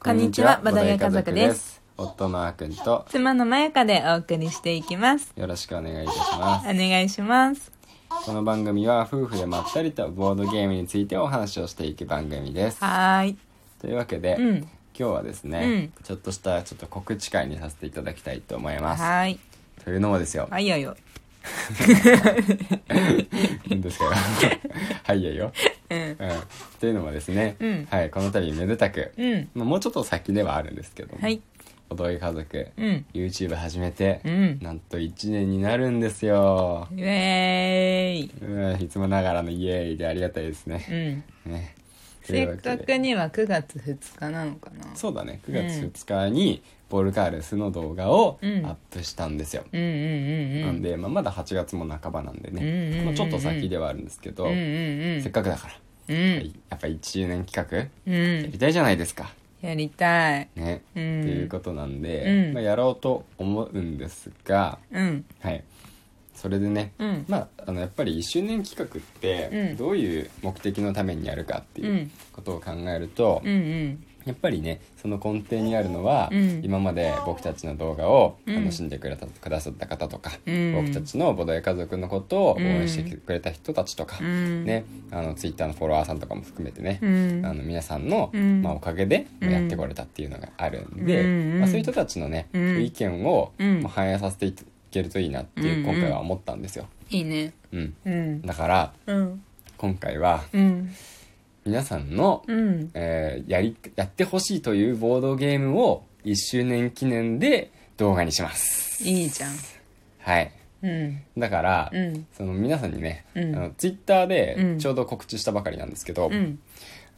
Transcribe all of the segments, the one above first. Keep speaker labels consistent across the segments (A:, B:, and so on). A: こんにちは、バダヤ家族です。。
B: 夫のあくんと、
A: 妻のまやかでお送りしていきます。
B: よろしくお願いいたします。
A: お願いします。
B: この番組は夫婦でまったりとボードゲームについてお話をしていく番組です。
A: はーい。
B: というわけで、
A: うん
B: 今日はですね、ちょっとしたちょっと告知会にさせていただきたいと思い
A: は
B: ます。
A: ーい。
B: というのもですよ。
A: はいよよ。
B: いいん ですけど。 はい、いやよ。
A: うん。
B: うん。というのもですね、
A: うん
B: はい、この度めでたく、
A: うん。
B: まあもうちょっと先ではあるんですけども、
A: はい。
B: おどい家族、
A: うん。
B: YouTube 始めて、
A: うん
B: なんと1年になるんですよ。
A: イエーイ。
B: うん、いつもながらのイエーイでありがたいです
A: う
B: ね。
A: ん。
B: ね
A: せっか
B: というわけ
A: く
B: で
A: には9月2日なのかな。
B: そうだね、9月2日に、ボルカールスの動画をア
A: うん
B: ップしたんですよ。
A: うんうんうんうん。
B: なんで、まあ、まだ8月も半ばなんで
A: うんうんうんう
B: ね、
A: ん
B: まあ、ちょっと先ではあるんですけど、
A: うんうんうん。
B: せっかくだから、は
A: う
B: い
A: ん。
B: やっぱ1年企
A: う
B: 画や
A: ん
B: り。たいじゃないですか。
A: やりたい。
B: ね、
A: う
B: と
A: ん
B: いうことなんで、
A: うん
B: まあ、やろうと思うんですが、
A: うん。
B: はい、それでね、
A: うん
B: まああのやっぱり1周年企画って
A: うん
B: どういう目的のためにやるかっていううんことを考えると、
A: うんうん。
B: やっぱりねその根底にあるのは、
A: うん
B: 今まで僕たちの動画を
A: うん
B: 楽しんでくれた、くださった方とか、
A: うん
B: 僕たちのボドゲ家族のことを応援してくれた人たちとか、
A: うん
B: ね、あのツイッターのフォロワーさんとかも含めてね、
A: うん
B: あの皆さんの、
A: うん
B: まあ、おかげで
A: うん
B: やってこれたっていうのがあるんで、
A: うん
B: まあ、そういう人たちのね、
A: うん
B: 意見を、
A: うん
B: まあ反映させていけるといいなっていううん今回は思ったんですよ。
A: いいね。
B: うん、
A: うん。
B: だから
A: うん。
B: 今回は
A: うん。
B: 皆さんの、
A: うん。
B: えーやりやってほしいというボードゲームを1周年記念で動画にします。
A: いいじゃん。
B: はい、
A: うん。
B: だから、
A: うん。
B: その皆さんにね、
A: うん
B: あのツイッター
A: う
B: で
A: ん
B: ちょうど告知したばかりなんですけど、
A: うん。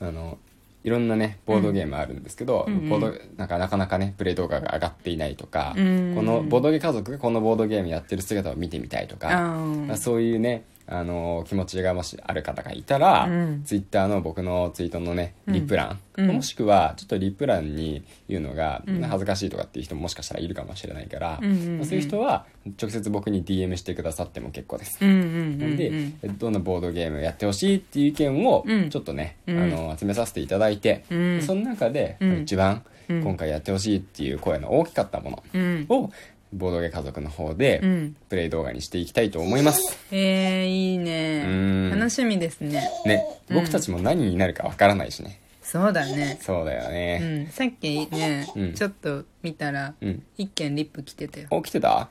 B: あのいろんなねボードゲームあるんですけど、
A: うんうん
B: ボードなんかなかなかねプレイ動画が上がっていないとか、
A: うん
B: このボードゲ家族がこのボードゲームやってる姿を見てみたいとか、まあ
A: あ
B: そういうねあの気持ちがもしある方がいたら、
A: うん
B: ツイッターの僕のツイートのね
A: うん
B: リプラン、
A: うん
B: もしくはちょっとリプランに言うのが
A: うん
B: 恥ずかしいとかっていう人ももしかしたらいるかもしれないから、
A: うんうんうん
B: まあそういう人は直接僕に DM してくださっても結構です。
A: うんうんうんう
B: なん
A: ん
B: で、えどんなボードゲームやってほしいっていう意見を
A: うん
B: ちょっとね、
A: うん
B: あの集めさせていただいて、
A: うん
B: その中で、
A: うん
B: 一番
A: うん
B: 今回やってほしいっていう声の大きかったも
A: うん
B: のをボードゲ家族の方で
A: うん
B: プレイ動画にしていきたいと思います。
A: えー、いいうね
B: ん
A: 楽しみですね
B: ね、
A: うん
B: 僕たちも何になるかわからないしね。
A: そうだね
B: そうだよ
A: う
B: ね。
A: んさっきね、
B: うん
A: ちょっと見たら、
B: うん
A: 一件リップ来てたよ
B: お、来てた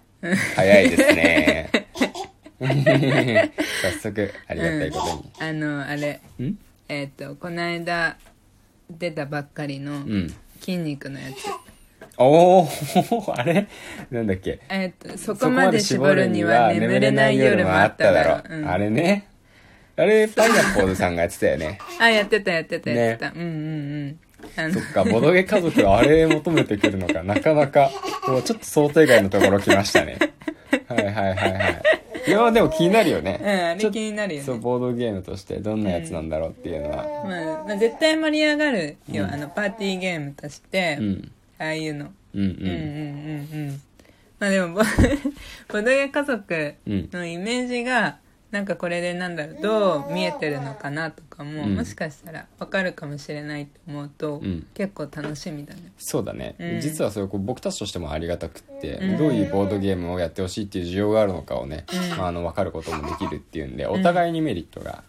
B: 早いですね。 早速、ありがたい こと
A: あのあれ
B: に。ん
A: えっ、とこの間出たばっかりの
B: うん。
A: 筋肉のやつ、
B: おー、 あれなんだっけ
A: えっ、とそこまで絞るには眠れない夜もあっただろう、うん、
B: あれねあれパイナップルさんがやってたよ ね
A: あやってたやってたやってた、うんうんうんあの
B: そっかボドゲ家族はあれ求めてくるのかなかなかもうちょっと想定外のところ来ましたねはいはいはいはいいやでも気になるよね、
A: うんあれ
B: ちょっ
A: 気になるよね
B: そうボードゲームとしてどんなやつなんだろうっていうのは
A: まあ、まあ絶対盛り上がるよ、あのパーティーゲームとして、
B: うん
A: ああいうの
B: うんう
A: うんうん
B: ん
A: うんうんまあでも ボボドゲ家族
B: うん
A: のイメージがなんかこれでなんだろうどう見えてるのかなとかも、
B: うん
A: もしかしたらわかるかもしれないと思うと、
B: うん
A: 結構楽しみだね
B: そうだね、
A: うん
B: 実はそれこう僕たちとしてもありがたくって、
A: うん
B: どういうボードゲームをやってほしいっていう需要があるのかをね、まあ、あの分かることもできるっていうんでお互いにメリットが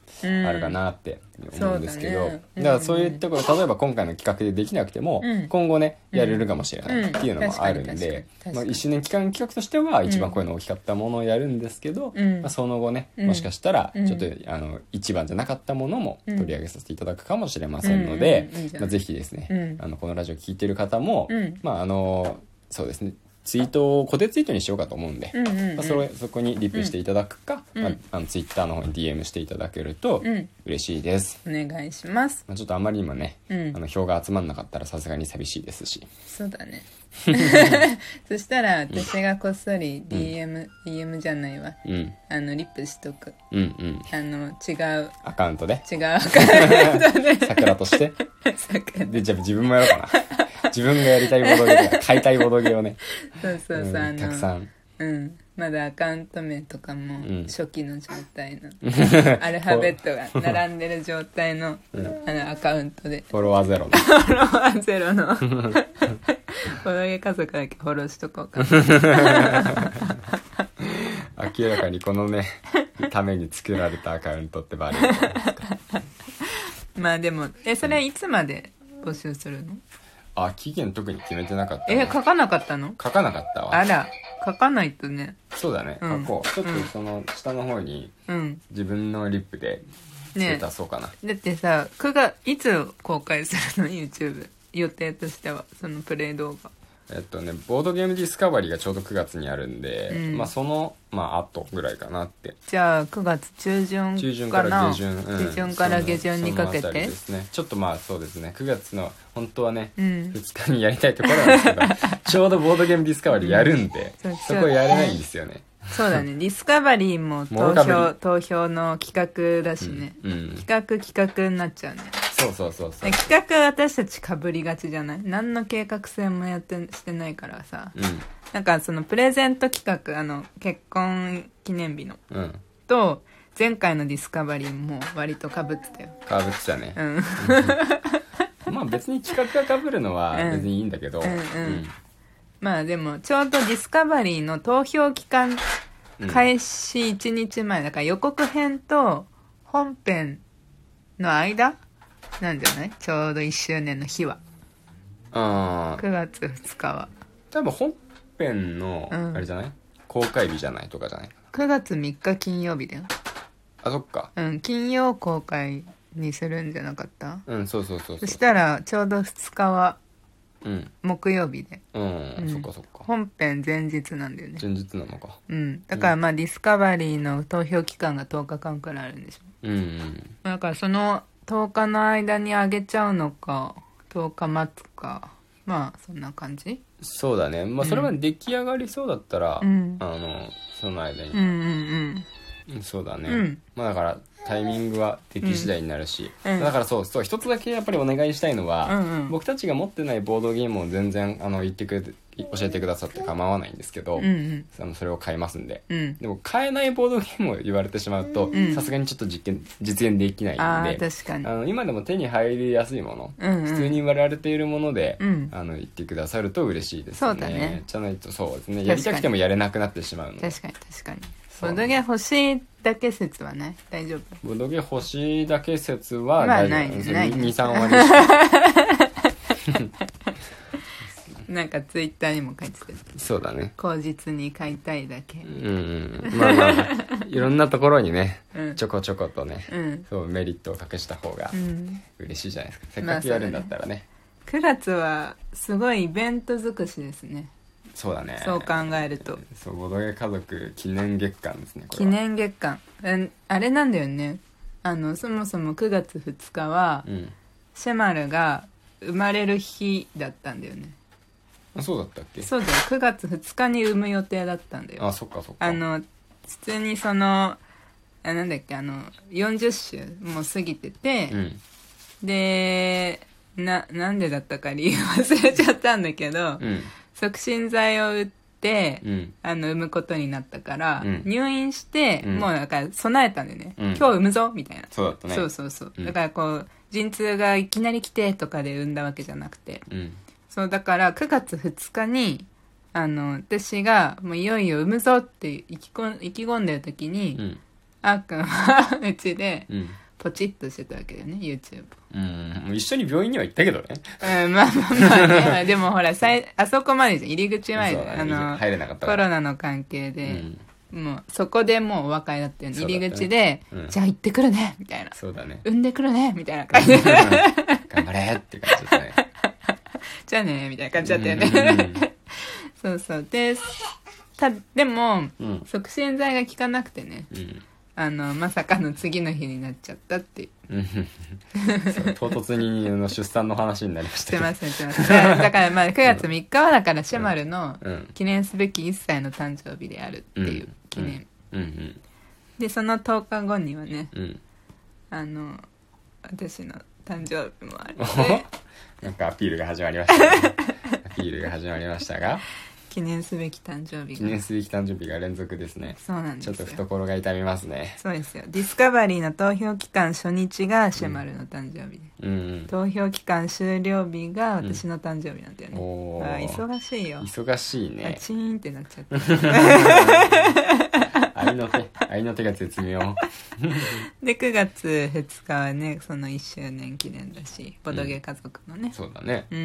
B: あるかなって思うんですけど、
A: そうだねうん
B: だからそういうところ例えば今回の企画でできなくても、
A: うん
B: 今後ねやれるかもしれな
A: うん
B: いっていうのもあるんで、
A: うん確かに確かに
B: まあ、1周年期間企画としては一番声の大きかったものをやるんですけど、
A: うん
B: まあ、その後ね
A: うん
B: もしかしたら
A: うん
B: ちょっと、あの一番じゃなかったものも
A: うん
B: 取り上げさせていただくかもしれませんので、
A: うんうんうんいいじゃん
B: まあ、ぜひですね、
A: うん
B: あのこのラジオ聞いてる方も、
A: うん
B: まああのそうですねツイートを固定ツイートにしようかと思うんで、
A: うんうんうん
B: まあ、それそこにリプしていただくか、
A: うん
B: まあ、あのツイッターの方に DM していただけると
A: うん
B: 嬉しいです、
A: お願いします
B: まあ、ちょっとあまりにもね、
A: うん
B: あの票が集まんなかったらさすがに寂しいですし
A: そうだ ねそしたら私がこっそり DM、DM じゃないわ
B: うん
A: あのリップしとく
B: うんうん
A: あの違う
B: アカウント で
A: 違うアカウントで
B: 桜として
A: そう
B: でじゃあ自分もやろうかな自分がやりたいボドゲとか買いたいボドゲをね
A: そうそう、
B: うん
A: あの
B: たくさん
A: うんまだアカウント名とかも
B: うん
A: 初期の状 態の、アルファベットが並んでる状態の,、あのアカウントで
B: フォロワーゼロの
A: フォロワーゼロの フォロゲ家族だけフォローしとこ うかな
B: 明らかにこのねために作られたアカウントってバレる
A: まあでもえそれいつまで募集するの、
B: あ期限特に決めてなかったな
A: え書かなかったの
B: 書かなかった
A: あ
B: わ
A: ら書かないとね
B: そうだね、
A: うん
B: 書こうちょっと
A: うん
B: その下の方に
A: うん
B: 自分のリップで
A: ね
B: 出そうかな、
A: だってさ9がいつ公開するの YouTube 予定としてはそのプレイ動画
B: えっとねボードゲームディスカバリーがちょうど9月にあるんで、
A: うん
B: まあそのまああとぐらいかなって
A: じゃあ9月中旬
B: 中旬か
A: からな
B: 下旬、うん
A: 中旬から下旬にかけ
B: そのそのあたり
A: て
B: ですねちょっとまあそうですね9月の本当はね、
A: うん
B: 2日にやりたいところなんです けどちょうどボードゲームディスカバリーやるんで、
A: うん
B: そこやれないんですよね、
A: そう だねディスカバリーも
B: もろ
A: 投
B: かぶり
A: 票投票の企画だしね、
B: うん
A: 企画企画になっちゃうね
B: そうそうそうそう
A: え企画私たちかぶりがちじゃない何の計画性もやってしてないからさ
B: う
A: なんかそのプレゼント企画あの結婚記念日の
B: んうん
A: と前回のディスカバリーも割とかぶってたよ
B: かぶってたね
A: う、ん
B: まあ別に企画がかぶるのは
A: うん
B: 別にいいんだけど、
A: うんうんまあでもちょうどディスカバリーの投票期間
B: うん
A: 開始1日前だから予告編と本編の間なんじゃないちょうど1周年の日は
B: あー
A: 9月2日は
B: 多分本編の
A: うん
B: あれじゃない、公開日じゃないとかじゃない
A: 9月3日金曜日だよ
B: あそっか
A: うん金曜公開にするんじゃなかった
B: うんそうそうそうそ
A: そうしたらちょうど2日は
B: うん
A: 木曜日で
B: うん、
A: うん
B: そっかそっか
A: 本編前日なんだよね
B: 前日なのか
A: うんだからまあディスカバリーの投票期間が10日間くらいあるんでしょ
B: うんうん
A: だからその10日の間にあげちゃうのか10日待つかまあそんな感じ
B: そうだねまあそれは出来上がりそうだったら、
A: うん
B: あのその間に
A: うん、うん
B: うんそうだね、
A: うん
B: まあだからタイミングは敵次第になるし、
A: うんうん
B: だからそうそう一つだけやっぱりお願いしたいのは、
A: うんうん
B: 僕たちが持ってないボードゲームを全然あの言ってくれて教えてくださって構わないんですけど、
A: うんうん
B: あのそれを買いますんで。
A: うんうん
B: でも買えないボードゲームを言われてしまうと
A: ん
B: さすがにちょっと実現実現できない
A: あ
B: ん
A: ー
B: で
A: 確かに
B: あの今でも手に入りやすいもの、
A: うんうん
B: 普通に売られているもので、
A: うん
B: あの言ってくださると嬉しいですね
A: そうだね
B: じゃないとそうですね
A: に
B: やりたくてもやれなくなってしまうので
A: 確かに確かに
B: そう
A: ボドゲ欲しいだけ説はない大丈夫
B: ボードゲーム欲しいだけ説は
A: ま
B: 大
A: あ
B: 丈夫
A: ないない
B: 23割し か
A: なんかツイッターにも書いてた
B: そうだね
A: 口実に買いたいだけ
B: うんうんまあまあいろんなところにね
A: うん
B: ちょこちょことね、
A: うん
B: そうメリットを隠した方が
A: うん
B: 嬉しいじゃないですか、せっ
A: ま
B: かく
A: あそう
B: や
A: だね
B: るんだったらね,、
A: 9月はすごいイベント尽くしですね
B: そうだね
A: そう考えると
B: そうボードゲーム家族記念月間ですねこれ
A: 記
B: は
A: 念月間うんあれなんだよねあのそもそも9月2日は
B: うん
A: シェマルが生まれる日だったんだよね
B: あそうだったっけ
A: そうだよ9月2日に産む予定だったんだよ
B: あそっかそっか
A: あの普通にそのあなんだっけあの40週もう過ぎてて
B: う、ん
A: でななんでだったか理由忘れちゃったんだけ
B: う
A: ど、
B: ん
A: 促進剤を打って、
B: うん
A: あの産むことになったから、
B: うん
A: 入院して、
B: うん
A: もうなんか備えたんだよね、
B: うん
A: 今日産むぞみたいな
B: そうだったね
A: そうそうそう、
B: うん
A: だからこう陣痛がいきなり来てとかで産んだわけじゃなくて
B: うん
A: そうだから9月2日にあの私がもういよいよ産むぞって意気こん意気込んでる時に、
B: うん
A: あーくんはうちで
B: うん
A: ポチッとしてたわけだよね YouTube
B: うんもう一緒に病院には行ったけどね
A: うんまあまあまあねでもほらさいあそこまでじゃん入り口前
B: そう
A: で
B: だ
A: あ
B: ね
A: の
B: 入れなかった
A: コ
B: から
A: ロナの関係
B: う
A: で、
B: ん
A: もうそこでもうお別れだったよね
B: そうだったね
A: 入り口で、
B: うん
A: じゃあ行ってくるねみたいな
B: そうだ ね
A: 産んでくるねみたいな感じ で
B: 頑張れって感じですね
A: じゃあねみたいな 感じだったよねそうそうでたで
B: う
A: も
B: んうん
A: 促進剤が効かなくてね
B: うん
A: あのまさかの次の日になっちゃったっていう
B: うんそう唐突にあの出産の話になりまし
A: した
B: け
A: て
B: ど
A: ますねしてま すだからだからまあ9月3日はだからシェマルの
B: うん
A: 記念すべき1歳の誕生日であるっていう記念、
B: うん
A: でその10日後にはね
B: うんうん
A: あの私の誕生日もある
B: おなんかアピールが始まりましたね、アピールが始まりましたが
A: 記念すべき誕生日
B: 記念
A: が
B: すべき誕生日が連続ですね
A: そうなんです
B: ちょ
A: よ
B: っと懐が痛みますね
A: そうですよディスカバリーの投票期間初日がシェマルの誕生日で、
B: うん
A: 投票期間終了日が私の誕生日なんだよ
B: うん
A: ね、
B: お
A: あ
B: ー
A: ー忙しいよ、
B: 忙しい
A: あ
B: ね
A: チーンってなっちゃった
B: 愛の手愛の手が絶妙
A: で9月2日はねその1周年記念だしボドゲ家族のね
B: そうだね
A: うん、う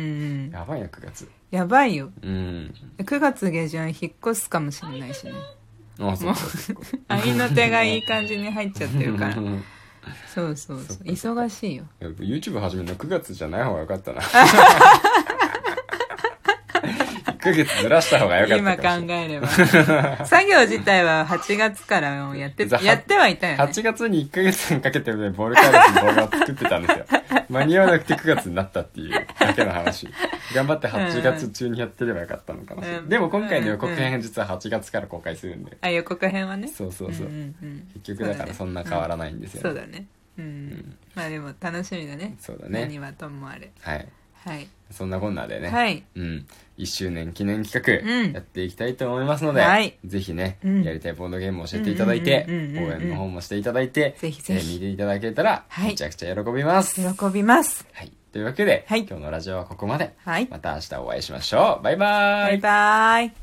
A: ん、
B: やばいな9月
A: やばいよ
B: うん
A: 9月下旬引っ越すかもしれな いしね
B: あそ
A: もう
B: うか
A: 愛の手がいい感じに入っちゃってる から
B: うん
A: そうそう
B: そ
A: そ
B: っ
A: う
B: かそっか
A: 忙しいよ
B: やっぱ YouTube 始めるの9月じゃない方がよかったな 1ヶ月ずらした方がよかった
A: 今考
B: かもしれない
A: えれば作業自体は8月からもうやって
B: ざ
A: やってはいたよね
B: 8月に1ヶ月かけてねボールカードとボールを作ってたんです よ間に合わなくて9月になったっていうだけの話頑張って8月中にやってればよかったのかな、
A: うん
B: でも今回の予告編実は8月から公開するんで、
A: あ予告編はね
B: そうそうそう、
A: んんうん
B: 結局だからそんな変わらないんですよ
A: そう
B: ね、
A: だねうん、
B: ん
A: まあでも楽しみだね
B: そうだね
A: 何はともあれ
B: はい
A: はい、
B: そんなこんなでね、
A: はい
B: うん、1周年記念企
A: う
B: 画
A: ん
B: やっていきたいと思いますので、
A: はい
B: ぜひね、
A: うん
B: やりたいボードゲームを教えていただいて、
A: うんうんうんうんうん
B: 応援の方もしていただいて、
A: ぜひぜひ
B: えー見ていただけたら、
A: はい
B: めちゃくちゃ喜びます。
A: 喜びます
B: はい、というわけで、
A: はい
B: 今日のラジオはここまで。
A: はい
B: また明日お会いしましょう。バイバーイ。
A: バイバイ